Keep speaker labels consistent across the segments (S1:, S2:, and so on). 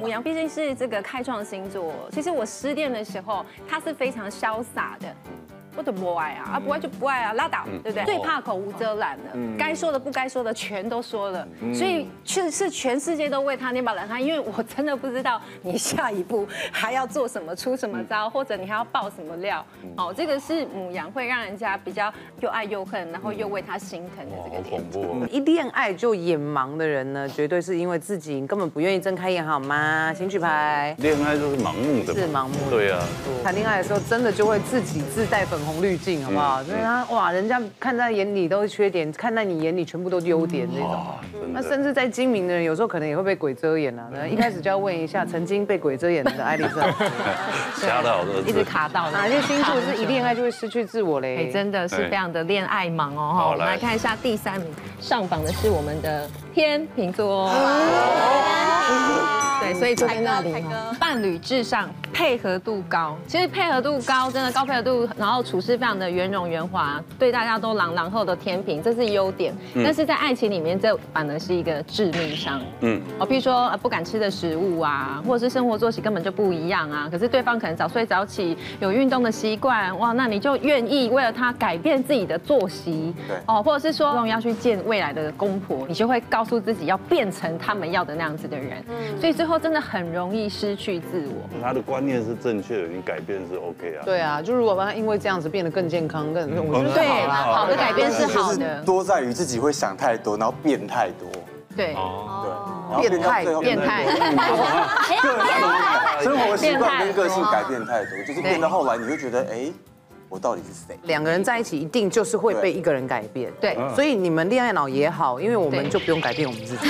S1: 母羊毕竟是这个开创星座，其实我失恋的时候，他是非常潇洒的。我就不爱啊，
S2: 嗯
S1: 啊不爱就不爱啊，拉倒，对
S2: 哦
S1: 不对？最怕口无遮拦了，
S2: 嗯
S1: 该说的不该说的全都说了，所以确实是全世界都为他捏把冷汗，因为我真的不知道你下一步还要做什么、出什么
S2: 嗯
S1: 招，或者你还要爆什么料。哦，这个是母羊会让人家比较又爱又恨，然后又为他心疼的这
S3: 好
S1: 个点
S3: 恐。怖哦！
S2: 一恋爱就眼盲的人呢，绝对是因为自己根本不愿意睁开眼，好吗？请举牌。
S3: 恋爱就是盲目的嘛，
S2: 是盲目的
S3: 对啊，
S2: 谈恋爱的时候真的就会自己自带粉红滤镜，好不好？就是他哇，人家看在眼里都是缺点，看在你眼里全部都是优点那种。
S3: 哇，真
S2: 那
S3: 的。
S2: 甚至在精明的人，有时候可能也会被鬼遮眼啊。那一开始就要问一下，曾经被鬼遮眼的艾丽莎，
S3: 吓到我，
S4: 一直卡到
S2: 哪些啊星座是一恋爱就会失去自我
S1: 哎，
S2: 嘞？
S1: 真的是
S3: 对
S1: 非常的恋爱盲哦！哈，
S3: 好
S1: 我们
S3: 来
S1: 来看一下第三名上榜的是我们的天秤座，对，所以坐在那里哦，伴侣至上，配合度高。其实配合度高，真的高配合度，然后处事非常的圆融圆滑，对大家都朗朗后的天平，这是优点。但是在爱情里面，这反而是一个致命伤。嗯，
S3: 嗯
S1: 哦，譬如说呃不敢吃的食物啊，或者是生活作息根本就不一样啊。可是对方可能早睡早起，有运动的习惯，哇，那你就愿意为了他改变自己的作息，
S5: 对
S1: 哦，或者是说要去见未来的公婆，你就会告诉自己要变成他们要的那样子的人。所以最后真的很容易失去自我。
S3: 他的观念是正确的，你改变是 OK 啊。
S2: 对啊，就如果他因为这样子变得更健康，更我觉得
S1: 对，啊
S2: 好啦。
S1: 好的改变是好的，
S5: 多在于自己会想太多，然后变太多，
S1: 对，
S5: 对，然后
S2: 变态
S5: 到最后
S1: 变态，
S5: 生活习
S1: 变
S5: 惯
S1: 态
S5: 跟个性改变太多，就是变到后来你会觉得，哎，我到底是谁？
S2: 两个人在一起一定就是会被一个人改变。
S1: 对
S2: 所以你们恋爱脑也好，因为我们
S1: 对
S2: 就不用改变我们自己。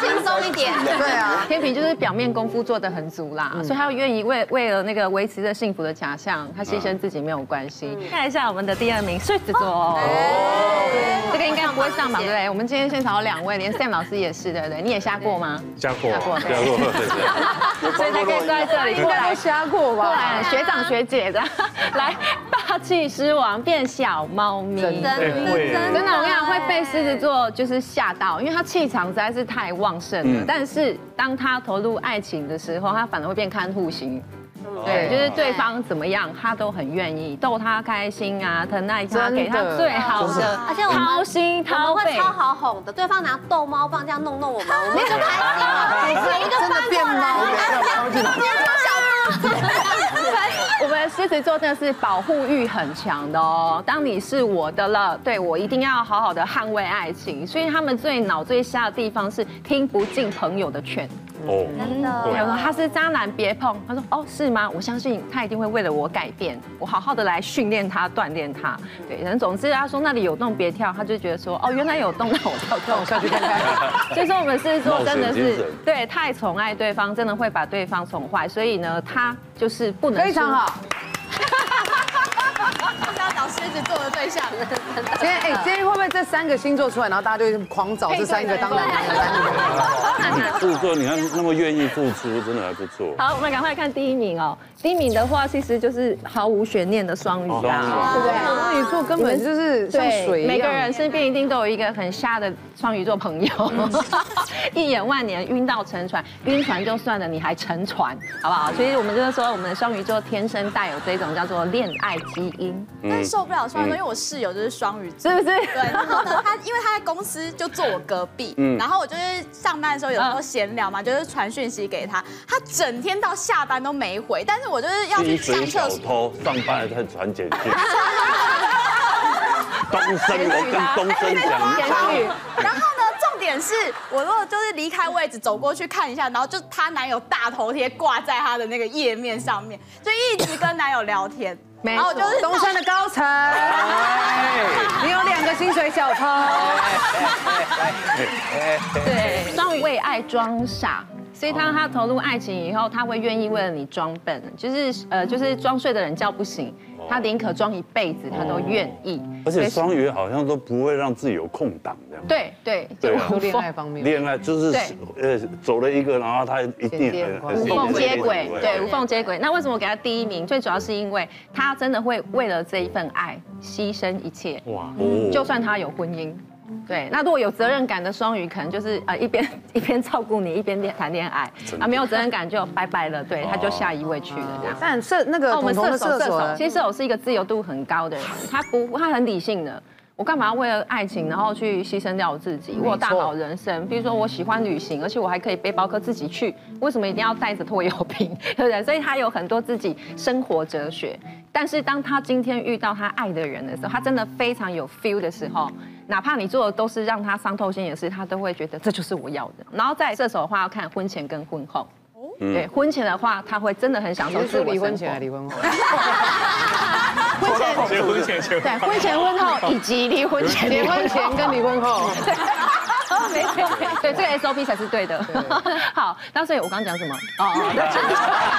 S6: 轻松一点。
S2: 对啊，
S1: 天平就是表面功夫做得很足啦，所以他愿意为为了那个维持着幸福的假象，他牺牲自己没有关系。看一下我们的第二名狮子座哦，这个应该不会上榜对不对？我们今天现场有两位，连 Sam 老师也是对不对？你也下过吗？
S7: 加过
S1: 加过
S3: 对啊，如果对对
S1: 所以才可以坐在这里过来
S2: 瞎过
S1: 过？来，学长学姐的，来霸气狮王变小猫咪，真的，
S7: 哎会耶
S1: 真的，我跟你讲，会被狮子座就是吓到，因为他气场实在是太旺盛了。但是当他投入爱情的时候，他反而会变看护型。对，就是对方怎么样，他都很愿意逗他开心啊，疼爱他，
S2: 真的
S1: 给他最好的，
S6: 而且我们
S1: 掏心掏
S6: 我们
S1: 肺
S6: 会超。好哄的，对方拿逗猫棒这样弄弄我们，我们就开心了。每一个翻过来，
S2: 变猫了
S1: 我们狮子座真的是保护欲很强的哦。当你是我的了，对我一定要好好的捍卫爱情。所以他们最脑最瞎的地方是听不进朋友的劝。
S3: 哦，
S1: 有人说他是渣男，别碰。他说哦，是吗？我相信他一定会为了我改变，我好好的来训练他、锻炼他。对，然后总之啊他说那里有洞别跳，他就觉得说哦，原来有洞，那我跳跳下去看 看。所以说我们狮子座真的
S3: 冒险精
S1: 是
S3: 神
S1: 对太宠爱对方，真的会把对方宠坏。所以呢，他就是不能
S2: 非常
S1: 输
S2: 好。
S4: 要找狮子座的对象。
S2: 今天哎，今天会不会这三个星座出来，然后大家就狂找这三个当 男朋友当女朋友？
S3: 制作你看那么愿意付出，真的还不错。
S1: 好，我们赶快看第一名哦。第一名的话，其实就是毫无悬念的双鱼
S3: 双鱼
S1: 啦。
S3: 啊
S2: 双鱼座根本就是像水一样。
S1: 每个人身边一定都有一个很瞎的双鱼座朋友， 一眼万年，晕到沉船，晕船就算了，你还沉船，好不好？所以我们就是说，我们的双鱼座天生带有这种叫做恋爱基因，
S4: 但是受不了双鱼座，因为我室友就是双鱼座。
S1: 是不是？
S4: 对，然后呢，他因为他在公司就坐我隔壁，然后我就是上班的时候有时候闲聊嘛，就是传讯息给他，他整天到下班都没回，但是我就是要去
S3: 滴
S4: 上
S3: 水
S4: 厕
S3: 小
S4: 所，
S3: 偷上班才传简讯。东升，我跟东升讲一
S1: 监
S3: 下，
S1: 狱
S4: 然后呢，重点是我如果就是离开位置走过去看一下，然后就她男友大头贴挂在她的那个页面上面，就一直跟男友聊天，
S1: 没
S4: 然后我就是
S2: 东山的高层， 你有两个薪水小偷，
S1: 对，双鱼为爱装傻。所以当他投入爱情以后，他会愿意为了你装笨，就是呃，就是装睡的人叫不醒，他宁可装一辈子，他都愿意。
S3: 而且双鱼好像都不会让自己有空档这样。
S1: 对对，
S3: 对
S2: 就
S3: 啊，
S2: 恋爱方面。
S3: 恋爱就是呃走了一个，然后他一定很
S1: 无
S3: 很
S1: 缝接轨，对，无
S3: 对
S1: 缝接轨。那为什么我给他第一名？最主要是因为他真的会为了这一份爱牺牲一切，
S7: 哇，
S3: 哦
S1: 就算他有婚姻。对，那如果有责任感的双鱼，可能就是呃一边 一边照顾你，一边恋谈恋爱
S3: 真的
S1: 啊，没有责任感就拜拜了，对，他就下一位去了这样。
S2: 但射那个
S1: 哦那我们
S2: 彤彤
S1: 射手，
S2: 的哦射
S1: 射
S2: 手啊
S1: 手，
S2: 呢，
S1: 其实射手是一个自由度很高的人，他不，他很理性的。我干嘛为了爱情，然后去牺牲掉我自己？我有大好人生，比如说我喜欢旅行，而且我还可以背包客自己去，为什么一定要带着拖油瓶？ 对不对？所以他有很多自己生活哲学。但是当他今天遇到他爱的人的时候，他真的非常有 feel 的时候，哪怕你做的都是让他伤透心也是，他都会觉得这就是我要的。然后在射手的话，要看婚前跟婚后。对，婚前的话，他会真的很享
S2: 你
S1: 受
S2: 是
S1: 自
S2: 说
S1: 我
S2: 离婚
S1: 生
S2: 前
S1: 活
S2: 还是离婚后？
S3: 结婚前结婚
S1: 对，婚前、婚后以及离婚前、
S2: 结婚前 跟离婚后，
S1: 没错，对，这个 SOP 才是对的。好，那所以我刚刚讲什么？哦，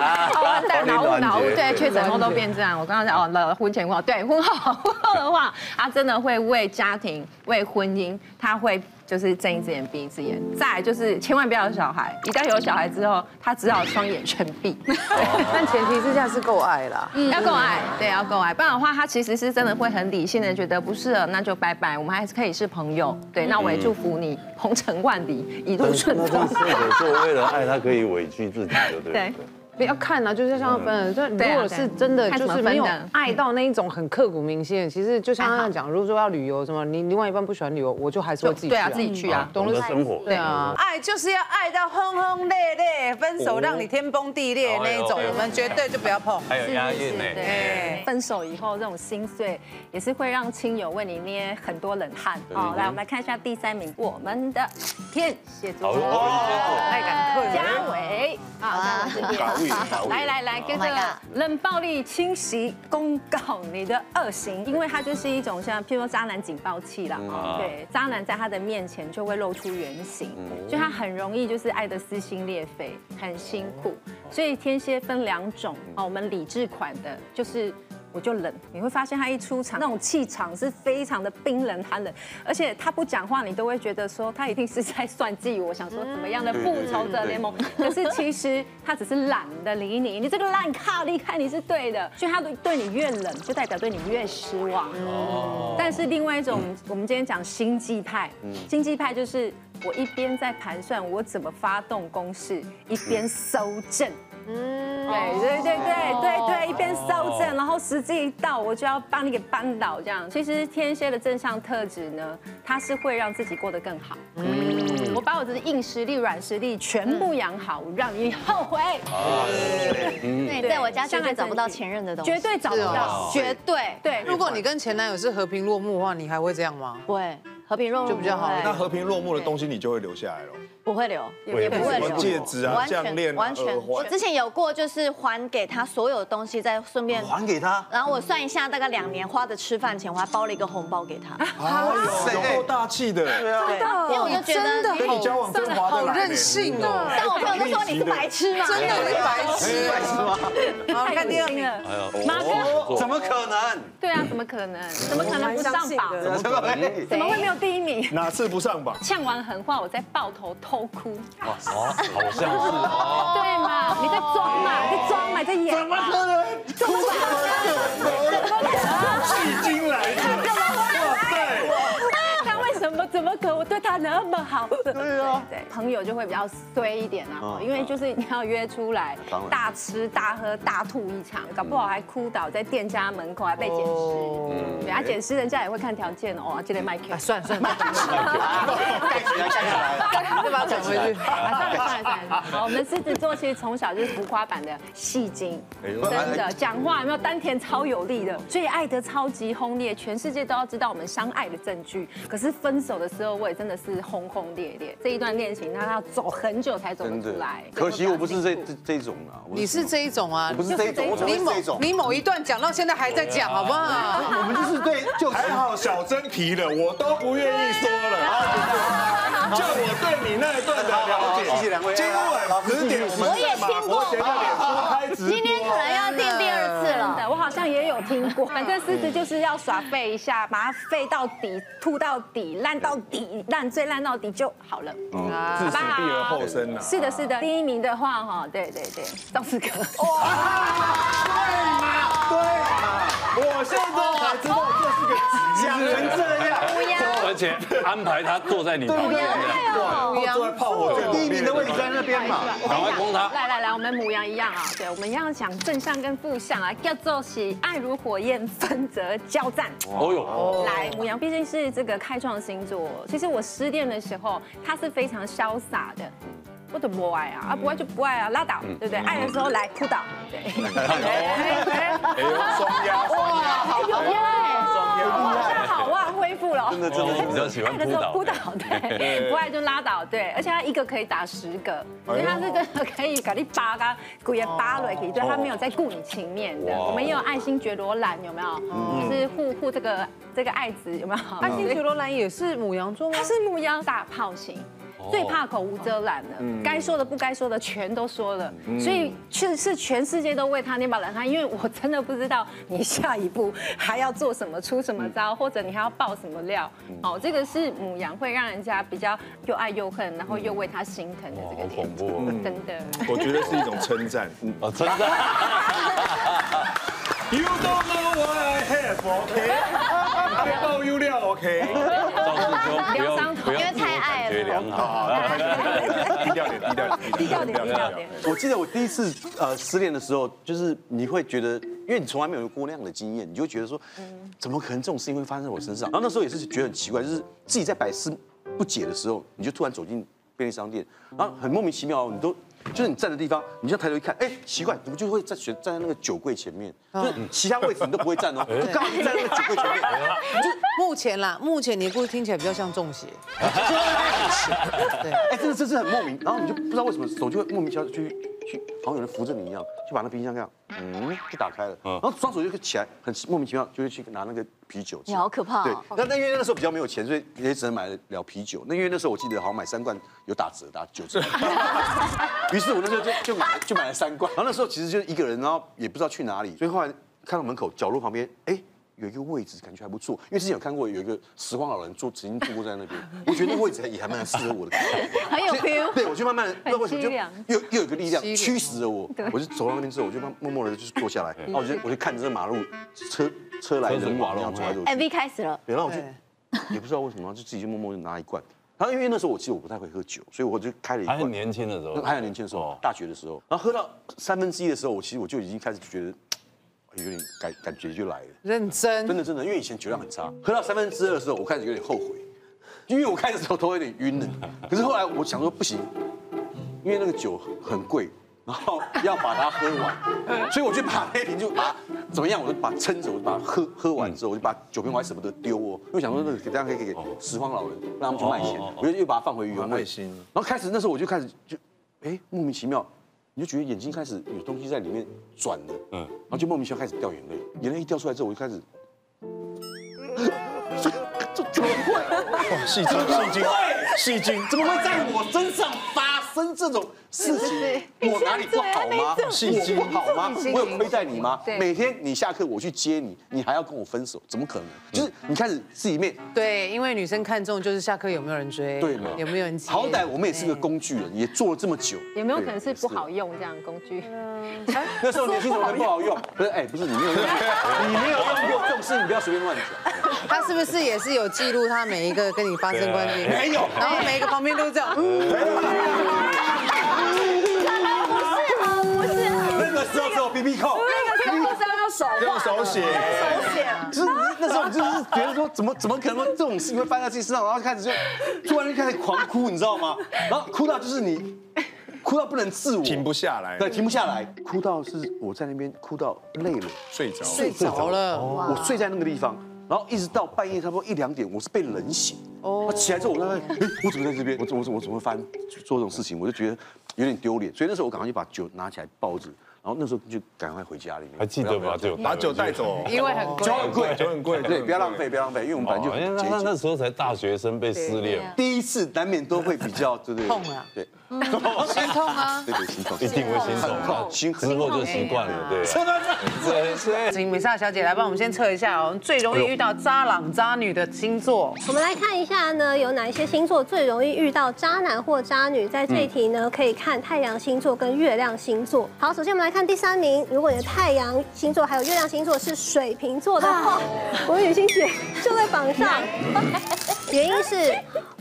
S1: 哦，完蛋，脑雾脑雾，对，确诊后都变这样。我刚刚讲哦，了婚前婚后，对，婚后婚后的话，他真的会为家庭、为婚姻，他会。就是睁一只眼闭一只眼，再来就是千万不要有小孩，一旦有小孩之后，他只好双眼全闭。
S2: 但前提之下是够爱啦。
S1: 要够爱，对，要够爱，不然的话，他其实是真的会很理性的觉得不适合，那就拜拜，我们还是可以是朋友，对，那我也祝福你鹏程万里，一路顺
S3: 那这
S1: 风
S3: 样。射手座为了爱，他可以委屈自己，对不对
S1: 对？
S2: 不要看啊，就是
S8: 嗯
S2: 像分的，就
S1: 对啊
S2: 如果是真的
S1: 对
S2: 就是
S1: 看
S2: 没
S1: 什
S2: 有
S1: 么分的
S2: 爱到那一种很刻骨铭心的，其实就像他讲，如果说要旅游什么，你另外一半不喜欢旅游，我就还是会自己去嗯
S1: 对啊，自己去啊。
S3: 懂得生活，
S2: 对啊，
S7: 爱就是要爱到轰轰烈烈，分手让你天崩地
S8: 哦
S7: 裂
S8: 哎
S7: 那一种，我们绝对就不要碰。
S8: 还有押韵呢。
S7: 哎
S1: 啊分手以后这种心碎，也是会让亲友为你捏很多冷汗哦。来，我们来看一下第三名，我们的天蝎座哎
S3: 好哦
S7: 太感动了。
S1: 嘉伟啊，嘉伟这边。来来来，跟
S6: Oh my
S1: 着冷暴力侵袭公告你的恶行，因为它就是一种像，譬如说渣男警报器啦，对，渣男在他的面前就会露出原形，所以他很容易就是爱的撕心裂肺，很辛苦。所以天蝎分两种哦，我们理智款的就是。我就冷，你会发现他一出场那种气场是非常的冰冷寒冷，而且他不讲话，你都会觉得说他一定是在算计我，想说怎么样的复仇者联盟。 可是其实他只是懒得理你，你这个烂咖离开你是对的，所以他对对你越冷，就代表对你越失望。但是另外一种，
S7: 嗯
S1: 我们今天讲心计派，心计派就是我一边在盘算我怎么发动攻势，
S7: 嗯
S1: 一边搜证。对对对对对对，一边收
S7: 哦
S1: 正，然后时机一到，我就要把你给扳倒这样。其实天蝎的正向特质呢，它是会让自己过得更好。
S7: 嗯
S1: 我把我的硬实力、软实力全部养好，我让你后哎悔，
S6: 对，在我家绝对找不到前任的东西，
S1: 绝对找不到。
S7: 哦
S6: 绝对
S1: 对，
S2: 如果
S8: 哎
S2: 你跟前男友是和平落幕的话，你还会这样吗？
S6: 不会和平落幕
S2: 就比较好
S8: 那
S6: 不会
S8: 和平落幕的东西你就会留下来了，
S6: 不会留，
S3: 也不会
S8: 什么戒指啊、
S6: 完全
S8: 项链啊、
S6: 完全
S8: 耳。
S6: 我
S8: 环。
S6: 之前有过，就是还给他所有的东西，再顺便
S5: 还给他。
S6: 然后我算一下，大概两年花的吃饭钱，我还包了一个红包给他，
S8: 哇塞有够大气的，
S6: 因为我就觉得，
S8: 跟你交往真划得来。
S2: 任性哦，
S6: 但我朋友就说你是白痴嘛，
S2: 真的是白痴。哦
S7: 好，看第二名，
S1: 了。
S3: 哎呀，
S1: 马
S3: 哦
S1: 哥
S5: 怎么可能？
S1: 对啊，怎么可能？怎么可能不上榜？
S5: 怎么可能？
S1: 怎么会没有第一名？
S8: 哪次不上榜？
S1: 呛完狠话，我在抱头偷哭。
S3: 哦好像是哦，
S1: 对嘛？你在装嘛？你在装嘛？你在演嘛？
S8: 戏精来的，哇塞！
S1: 他为什么怎么可能我对他那么好？对啊，对，朋友就会比较衰一点啊，因为就是你要约出来
S5: 当然，
S1: 大吃大喝大吐一场，搞不好还哭倒在店家门口，还被捡
S2: 哦
S1: 尸。对，啊，捡尸人家也会看条件哦，记得卖 Q。
S2: 算了算 了，
S5: 盖起来，盖起来。
S2: 再把它转回去。
S1: 啊，算了算了算了，好，我们狮子座其实从小就是浮夸版的戏精，
S5: 哎
S1: 真的讲话有没有丹田超有力的，所以爱得超级轰烈，全世界都要知道我们相爱的证据。可是分手的时候，我也真的是轰轰烈烈，这一段恋情他要走很久才走得出来。
S5: 可惜我不是这这这种啊，我
S2: 你是这一种啊
S5: 我？不是这种，我怎么
S2: 你
S5: 会
S2: 某
S5: 这种？啊
S2: 你某一段讲到现在还在讲，好不好？
S5: 我们就是对，就是
S8: 还好小珍提了，我都不愿意说了。就我对你那一段的了解，
S5: 好好谢谢两位
S8: 今晚十点，我们在马国贤的脸书开直播。
S6: 今天可能要订哎第二次
S1: 真
S6: 了。嗯
S1: 的，我好像也有听过。反正狮子就是要耍废一下，把它废到底，吐到底，烂到底，烂最烂到底就好了。
S5: 哦
S8: 自死必而后生呐。
S1: 是的，是的，第一名的话，哈，对对哦对，赵四哥。
S8: 我现在才知道这是讲成这样，
S3: 而且安排他坐在你旁边，
S8: 对，坐在炮火最
S5: 第一名的位置在那边嘛，
S3: 赶快攻他。
S1: 来来来，我们母羊一样啊，对，我们要讲正向跟负向啊，叫做喜爱如火焰，分则交战。
S3: 哦哟，
S1: 来，母羊毕竟是这个开创星座，其实我失恋的时候，他是非常潇洒的。我的不爱啊，啊不爱就不爱啊，拉倒，对不对？爱的时候来扑倒，对，
S3: 哎呦，双压，
S1: 有耶，
S3: 双
S1: 好像
S3: 压，
S1: 好哇，恢复了。
S5: 真的真
S3: 我
S5: 的
S3: 比较喜欢
S1: 爱的
S3: 扑
S1: 时候
S3: 倒，
S1: 扑倒，对，不爱就拉倒，对，而且他一个可以打十个，
S3: 哎
S1: 所以他这个可以给你扒个骨也扒了，对，他没有在顾你情面的。
S3: 哦哇嗯
S1: 我们也有爱新觉罗兰，有没有？就是护护这个这个爱子，有没有？
S2: 爱新觉罗兰也是母羊座吗
S1: 他？是母羊大炮型。
S3: 哦
S1: 最怕口无遮拦了，
S3: 嗯
S1: 该说的不该说的全都说了，所以是是全世界都为他捏把冷汗，因为我真的不知道你下一步还要做什么、出什么
S3: 嗯
S1: 招，或者你还要爆什么料。哦，这个是母羊会让人家比较又爱又恨，然后又为他心疼的
S3: 哇
S1: 这
S3: 好
S1: 个点
S3: 恐，怖哦
S1: 真的。
S8: 我觉得是一种称赞。
S3: 哦，真的，
S8: You don't know what I have, oh, OK？黑爆 U 料，OK？
S3: 赵师兄不
S1: 疗
S3: 要
S1: 伤
S3: 不要，
S1: 因为
S6: 太爱了
S3: 感觉良好。
S8: 好，低调点，低调点，
S1: 低调点，低调点。。
S5: 我记得我第一次呃失恋的时候，就是你会觉得，因为你从来没有过那样的经验，你就会觉得说，怎么可能这种事情会发生在我身上？然后那时候也是觉得很奇怪，就是自己在百思不解的时候，你就突然走进便利商店，然后很莫名其妙，你都。就是你站的地方，你就抬头一看，哎、奇怪，怎么就会在选站在那个酒柜前面？就是其他位置你都不会站哦，就刚好就站在那个酒柜前面。
S2: 啊目前啦，目前你的故事听起来比较像中 邪。
S5: 哎，真的这是很莫名，然后你就不知道为什么手就会莫名其妙去去，好像有人扶着你一样，就把那冰箱这样，嗯，就打开了，然后双手就起来，很莫名其妙就会去拿那个啤酒吃，
S6: 你好可怕哦
S5: 对，那那因为那时候比较没有钱，所以也只能买得了啤酒。那因为那时候我记得好像买三罐有打折，打九 折。于是我那时候就就买就买了三罐，然后那时候其实就一个人，然后也不知道去哪里，所以后来看到门口角落旁边，哎。有一个位置感觉还不错，因为之前有看过有一个拾荒老人坐，曾经坐过在那边，我觉得那位置也还蛮适合我的，
S1: 很有 feel
S5: 对，我就慢慢不知道为什么就
S1: 很凄凉
S5: 又又有一个力量驱使着我，我就走到那边之后，我就 慢默默的就是坐下来，
S3: 嗯
S5: 然后我就我就看着这马路车车来人往，这样走来走
S1: 哎
S5: 去。
S6: MV 开始了，
S5: 对，然后我就也不知道为什么，就自己就默默就拿一罐。然后因为那时候我其实我不太会喝酒，所以我就开了一
S3: 还很
S5: 罐。
S3: 年轻的哦时候，
S5: 还有年轻的时候，大学的时候，然后喝到三分之一的时候，我其实我就已经开始觉得哎有点感感觉就来了。
S2: 认真
S5: 真，的真的，因为以前酒量很差，喝到三分之二的时候，我开始有点后悔，因为我开始头头有点晕了。可是后来我想说不行，因为那个酒很贵，然后要把它喝完，所以我就把那瓶就把它怎么样，我就把它撑着，我就把它喝喝完之后，我就把酒瓶我还舍不得丢哦，因为想说那个给大家可以给拾荒老人，让他们去卖
S3: 哦哦
S5: 钱，我就又把它放回原
S8: 蛮
S5: 位
S8: 爱心。
S5: 然后开始那时候我就开始就，哎，莫名其妙。你就觉得眼睛开始有东西在里面转了，嗯，然后就莫名其妙开始掉眼泪，眼泪一掉出来之后，我就开始
S8: 哇，戏 精，戏精，戏精，
S5: 怎么会在我身上发生这种事情？我哪里不好吗？
S8: 戏精
S5: 我不好吗？
S1: 精
S5: 我有亏待你吗
S1: 对？
S5: 每天你下课我去接你，你还要跟我分手，怎么可能？
S1: 嗯
S5: 就是你开始自己面
S2: 对，因为女生看重就是下课有没有人追，
S5: 对嘛？
S2: 有没有人接，
S5: 好歹我们也是个工具人，也做了这么久，
S1: 有没有可能是
S5: 对
S1: 不好？用这样的工具？
S5: 也那时候年轻怎么能不好用？不是，哎，不是你没有用，你没有用过这种事，你不要随便 乱讲。
S2: 他是不是也是有记录他每一个跟你发生关系？
S5: 啊没有，
S2: 然后每一个旁边都这 样，嗯，
S5: 那个时候只有 B B 扣。
S8: 用手写，
S5: 就是那时候，我就是觉得说，怎么怎么可能这种事情会发生在自己身上？然后开始就突然就开始狂哭，你知道吗？然后哭到就是你哭到不能自我，
S8: 停不下来，
S5: 对，停不下来，哭到是我在那边哭到累了，
S8: 睡着。
S2: 睡着了，
S5: 我睡在那个地方，然后一直到半夜差不多一两点，我是被冷醒。哦，起来之后我在那，哎，我怎么在这边？我怎我怎我怎么翻做这种事情？我就觉得有点丢脸，所以那时候我赶快就把酒拿起来抱着，然后那时候就赶快回家里面。
S3: 还记得吧？就
S8: 把酒带走，
S2: 因为很贵
S5: 酒。很贵，
S8: 酒很贵
S5: 对，不要浪费，不要浪费，因为我们本来就
S3: 哦，因为
S5: 很
S3: 那
S5: 节
S3: 那
S5: 俭
S3: 那。时候才大学生被失恋，
S5: 第一次难免都会比较，对不对？
S2: 痛啊
S5: 对，
S2: 心痛啊！
S5: 对对，心痛，
S3: 一定会心
S5: 很痛，啊
S3: 痛，
S5: 心很
S3: 之
S5: 痛。
S3: 后就习惯了，对。啊真的
S2: 请美莎小姐来帮我们先测一下哦，最容易遇到渣男渣女的星座。
S6: 我们来看一下呢，有哪一些星座最容易遇到渣男或渣女？在这一题呢，可以看太阳星座跟月亮星座。好，首先我们来看第三名，如果你的太阳星座还有月亮星座是水瓶座的话，我雨欣姐就在榜上。原因是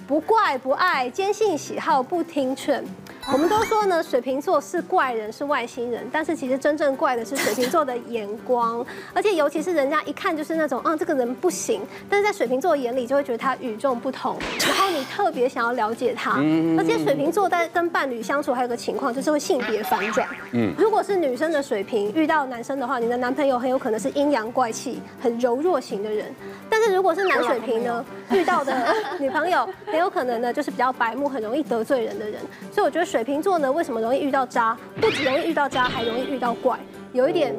S6: 不怪不爱，坚信喜好不听劝。我们都说呢，水瓶座是怪人，是外星人，但是其实真正怪的是水瓶座的眼光，而且尤其是人家一看就是那种，啊，这个人不行，但是在水瓶座眼里就会觉得他与众不同，然后你特别想要了解他，而且水瓶座在跟伴侣相处还有个情况就是会性别反转，嗯，如果是女生的水平遇到男生的话，你的男朋友很有可能是阴阳怪气、很柔弱型的人，但是如果是男水平呢，遇到的女朋友很有可能呢就是比较白目，很容易得罪人的人，所以我觉得水瓶座呢，为什么容易遇到渣？不只容易遇到渣，还容易遇到怪，有一点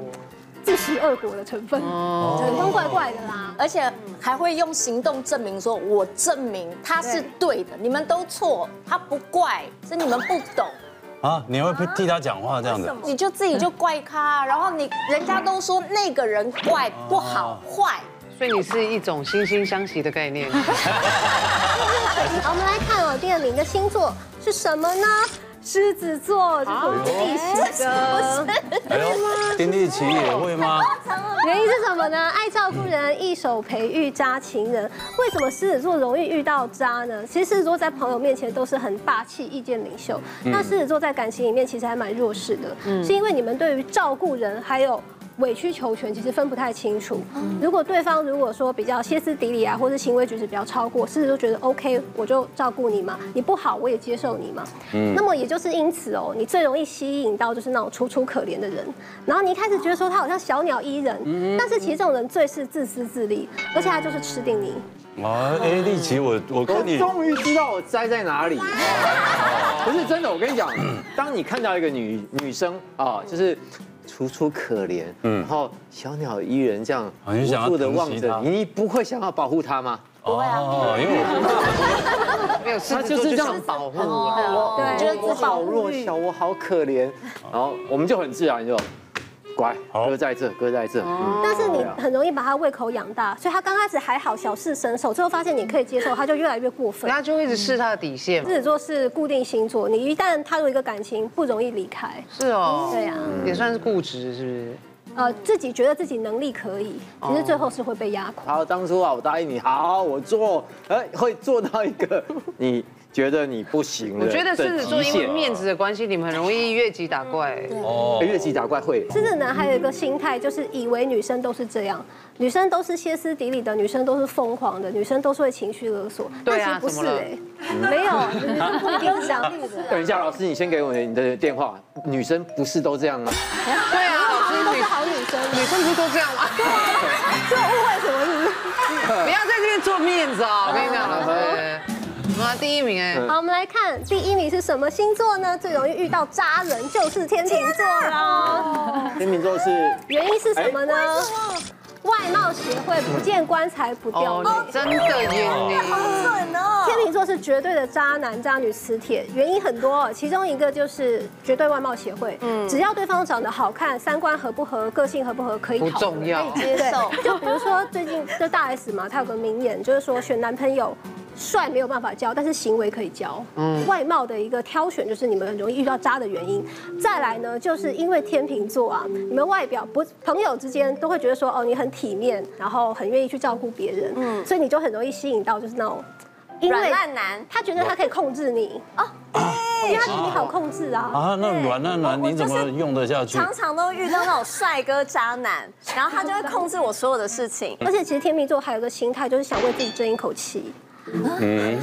S6: 自食恶果的成分，成功怪怪的啦。
S9: 而且还会用行动证明说，我证明他是对的，你们都错，他不怪，是你们不懂，
S3: 啊，你会替他讲话这样的，
S9: 你就自己就怪他，然后你人家都说那个人怪不好坏，
S2: 所以你是一种惺惺相惜的概念。
S6: 好，我们来看哦，第二名的星座是什么呢？狮子座，这是我们的逆袭哥。
S3: 哎呦，丁立奇也会吗？
S6: 原因是什么呢？爱照顾人，一手培育渣情人。为什么狮子座容易遇到渣呢？其实狮子座在朋友面前都是很霸气、意见领袖，那狮子座在感情里面其实还蛮弱势的，是因为你们对于照顾人还有。委曲求全其实分不太清楚。如果对方如果说比较歇斯底里啊，或是行为举止比较超过，狮子座觉得 OK，我就照顾你嘛，你不好我也接受你嘛。
S3: 嗯
S6: 那么也就是因此哦，你最容易吸引到就是那种楚楚可怜的人。然后你一开始觉得说他好像小鸟依
S3: 嗯
S6: 人，但是其实这种人最是自私自利，而且他就是吃定你。
S3: 啊，哎，立奇，我我
S10: 我
S3: 看你，
S10: 终于知道我栽在哪里。
S5: 哦
S10: 不是真的，我跟你讲，当你看到一个女女生啊，就是楚楚可怜，
S3: 嗯
S10: 然后小鸟依人这样
S3: 啊你想要
S10: 无助的望
S3: 疼惜
S10: 着
S3: 她
S10: 你，你不会想要保护她吗？
S3: 哦，因为我
S2: 没有，狮
S10: 她啊
S2: 子
S10: 就
S2: 座
S10: 是这
S2: 想
S10: 样保护
S6: 对
S10: 我，
S6: 觉得
S10: 我好弱小，我好可怜，然后我们就很自然就乖，
S3: 好
S10: 哥在这，哥在这。嗯
S6: 哦但是你很容易把他胃口养大，所以他刚开始还好小事伸手，最后发现你可以接受，他就越来越过分
S2: 人。家就一直试他的底线嘛
S9: 嗯
S6: 狮。子座是固定星座，你一旦踏入一个感情，不容易离开。
S2: 是哦，
S9: 嗯
S6: 对啊，
S10: 嗯
S2: 也算是固执，是不是？
S6: 呃，自己觉得自己能力可以，其实
S10: 哦
S6: 最后是会被压垮。
S10: 好，当初啊，我答应你，好，我做，哎，会做到一个你觉得你不行了
S2: 我觉得狮子座
S10: 的极
S2: 因
S10: 限啊
S2: 为面子的关系，你们很容易越级打怪。
S9: 嗯
S3: 哦
S10: 哎，越级打怪会，
S6: 狮子男还有一个心态，就是以为女生都是这样，女生都是歇斯底里的，女生都是疯狂的，女生都是会情绪勒索。
S2: 对啊
S6: 但其实不
S2: 怎
S6: 是
S2: 么了
S6: 哎，没有，女生不一定是这样。
S10: 等一下，老师，你先给我你的电话。女生不是都这样吗？
S2: 对啊，老师，
S6: 都
S2: 女
S6: 是好女生，
S2: 女生不是都这样吗？
S9: 啊
S6: 就误会什么是不是？
S2: 不要在这边做面子啊！我跟你讲，老
S9: 嗯
S2: 师，哇，第一名哎，
S6: 好，我们来看第一名是什么星座呢？最容易遇到渣人就是天秤座啦。
S10: 天秤座是
S6: 原因是什么呢？外貌协会不见棺材不掉泪。
S2: 哎哦，真的耶你。
S10: 嗯
S6: 天秤座是绝对的渣男渣女磁铁，原因很多，哦其中一个就是绝对外貌协会，只要对方长得好看，三观合不合，个性合不合，可以
S2: 不
S6: 讨论
S2: 重要
S9: 嗯
S6: 可以接受。就比如说最近就大 S 嘛，她有个名言，就是说选男朋友。帅没有办法交，但是行为可以交。外貌的一个挑选就是你们很容易遇到渣的原因。再来呢，就是因为天秤座啊，你们外表不朋友之间都会觉得说，哦，你很体面，然后很愿意去照顾别人，所以你就很容易吸引到就是那种因为
S9: 嗯软烂男
S6: 他觉得他可以控制你哦，因为他觉得你好控制啊。
S3: 啊，那软那软，
S9: 我
S3: 你怎么用得下去？
S9: 常常都遇到那种帅哥渣男，然后他就会控制我所有的事情。
S6: 而且其实天秤座还有个心态，就是想为自己争一口气，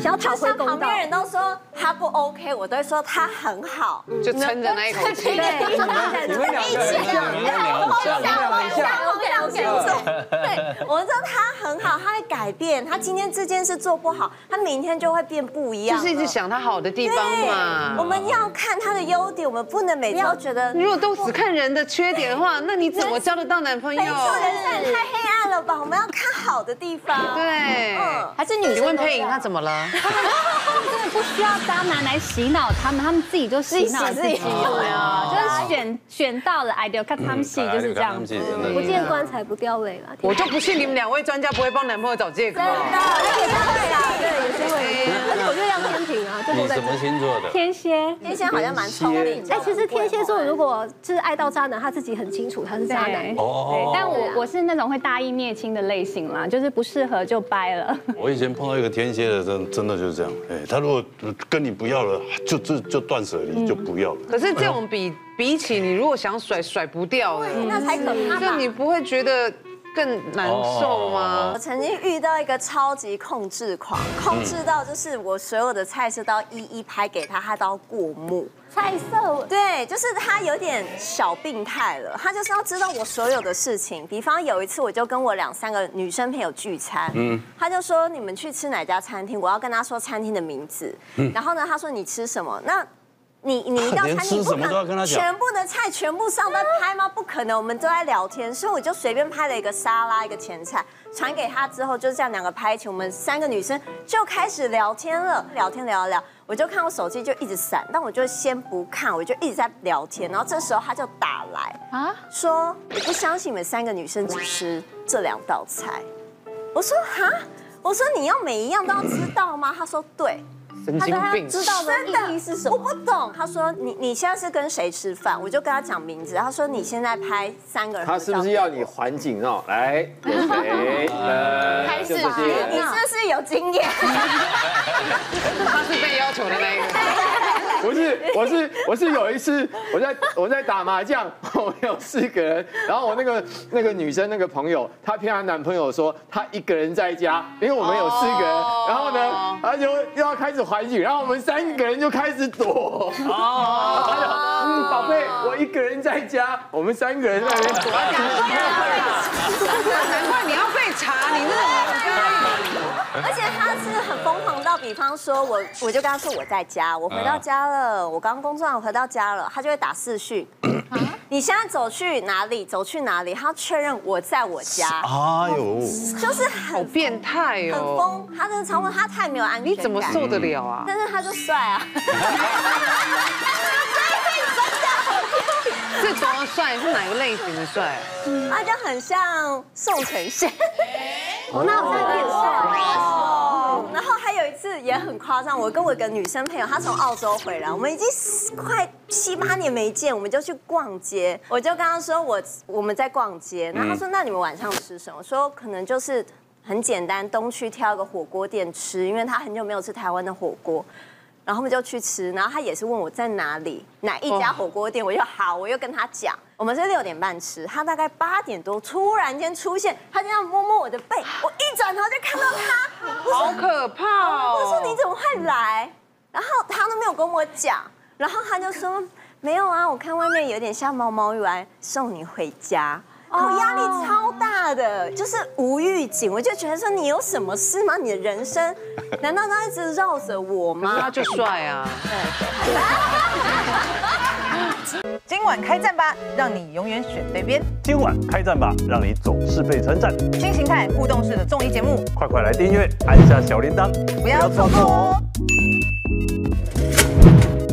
S6: 想要讨
S9: 就
S6: 回
S9: 像
S6: 公
S9: 旁
S6: 道
S9: 边。人都说他不 OK，我都会说他很好。
S2: 就撑着那一口气。
S9: 嗯
S6: 对，真的
S9: 们两个人，
S3: 你们俩很像
S6: 哦
S9: 我们两个对，我知道他很好，他会改变。他今天这件事做不好，他明天就会变不一
S2: 就
S9: 样了。
S2: 是一直想他好的地
S9: 对
S2: 方
S9: 我
S2: 嘛。
S9: 们要看他的优点，我们不能每次都觉得。
S2: 如果都只看人的缺点的话，那你怎么交得到男朋友
S9: 没？错，哎人生也太黑暗了吧？我们要看好的地方。
S2: 对，
S9: 嗯啊
S2: 还是女？请问佩颖她怎么了？
S9: 对
S11: 不需要渣男来洗脑他们，他们自己就洗脑自己
S6: 啊哦
S11: 了，就是选选到了 idol 看啊他们戏就是这样子。
S6: 不见棺材不掉泪了。
S2: 我就不信你们两位专家不会帮男朋友找借口。真
S9: 啊
S2: 的，
S6: 也是会啦，对，也是会。而且我月亮天平啊，就
S3: 你
S6: 落在
S3: 什么星座的？
S11: 天蝎，
S6: 天蝎好像蛮聪明。哎，其实天蝎座如果就是爱到渣男，他自己很清楚他是渣男
S11: 对。
S3: 哦
S11: 对，但我我是那种会大义灭亲的类型啦，就是不适合就掰了。
S3: 我以前碰到一个天蝎的，真真的就是这样，哎，他如果跟你不要了，就就就断舍离，就不要了。
S2: 可是这种比比起你如果想甩甩不掉，
S9: 那才可怕吧
S2: 就你不会觉得更难受吗
S9: 我？曾经遇到一个超级控制狂，控制到就是我所有的菜色都要一一拍给他，他都要过目。
S6: 菜色
S9: 对，就是他有点小病态了，他就是要知道我所有的事情。比方有一次，我就跟我两三个女生朋友聚餐，嗯，他就说你们去吃哪家餐厅，我要跟他说餐厅的名字，然后呢，他说你吃什么？那你你 一到
S3: 嗯
S9: 餐
S3: 连
S9: 厅
S3: 吃
S9: 你不
S3: 什么都要跟他
S9: 能
S3: 讲
S9: 全部的菜全部上在拍吗？不可能，我们都在聊天，所以我就随便拍了一个沙拉，一个前菜，传给他之后，就这样两个拍一起，我们三个女生就开始聊天了，聊天聊一聊，我就看我手机就一直闪，但我就先不看，我就一直在聊天，然后这时候他就打来啊，说我不相信你们三个女生只吃这两道菜，我说哈，我说你要每一样都要知道吗？他说对。
S2: 神
S9: 他
S2: 经
S9: 说他
S2: 病，
S9: 知道的意义是什么？我不懂。他说你你现在是跟谁吃饭？我就跟他讲名字。他说你现在拍三个人合照，
S5: 他是不是要你环境哦？来，有谁？呃，
S12: 开始
S5: 就这
S12: 啊
S5: 些。
S9: 你是不是有经验？
S2: 他是被要求的那一个。
S5: 不是，我是我是有一次我在我在打麻将， 我们有四个人，然后我那个那个女生那个朋友，她骗她男朋友说她一个人在家，因为我们有四个人，然后呢，她就又要开始怀疑，然后我们三个人就开始躲。哦，她就嗯，宝贝，我一个人在家，我们三个人在那边躲。
S2: 难怪你要被查，你那
S9: 而且他是很疯狂到，比方说我我就跟他说我在家，我回到家了，我刚工作完我回到家了，他就会打视讯。你现在走去哪里？走去哪里？他要确认我在我家，
S3: 哎呦，
S9: 就是 很
S2: 好变态
S9: 很
S2: 哦！
S9: 疯。他真的超疯，他太没有安全感。
S2: 你怎么受得了啊？
S9: 但是他就帅啊。
S2: 这种的帅是哪个类型的帅？
S9: 他就很像宋承宪，
S6: 哦，那好像有点帅。
S9: 嗯然后还有一次也很夸张，我跟我一个女生朋友，她从澳洲回来，我们已经快七八年没见，我们就去逛街，我就跟她说我我们在逛街，然后她说那你们晚上吃什么？我说可能就是很简单，东区挑一个火锅店吃，因为她很久没有吃台湾的火锅。然后我们就去吃，然后他也是问我在哪里，哪一家火锅店，我就好，我又跟他讲，我们是六点半吃，他大概八点多突然间出现，他就这样摸摸我的背，我一转头就看到他，我
S2: 好
S9: 说
S2: 可怕
S9: 我说你
S2: 哦！
S9: 怎么会来？然后他都没有跟我讲，然后他就说没有啊，我看外面有点下毛毛雨来送你回家。我压力超大的，就是无预警，我就觉得说你有什么事吗？你的人生难道都一直绕着我吗？
S2: 他就帅啊！
S1: 今晚开战吧，让你永远选对边。
S13: 今晚开战吧，让你总是被称赞。
S1: 新形态互动式的综艺节目，
S13: 快快来订阅，按下小铃铛，
S1: 不要错过哦。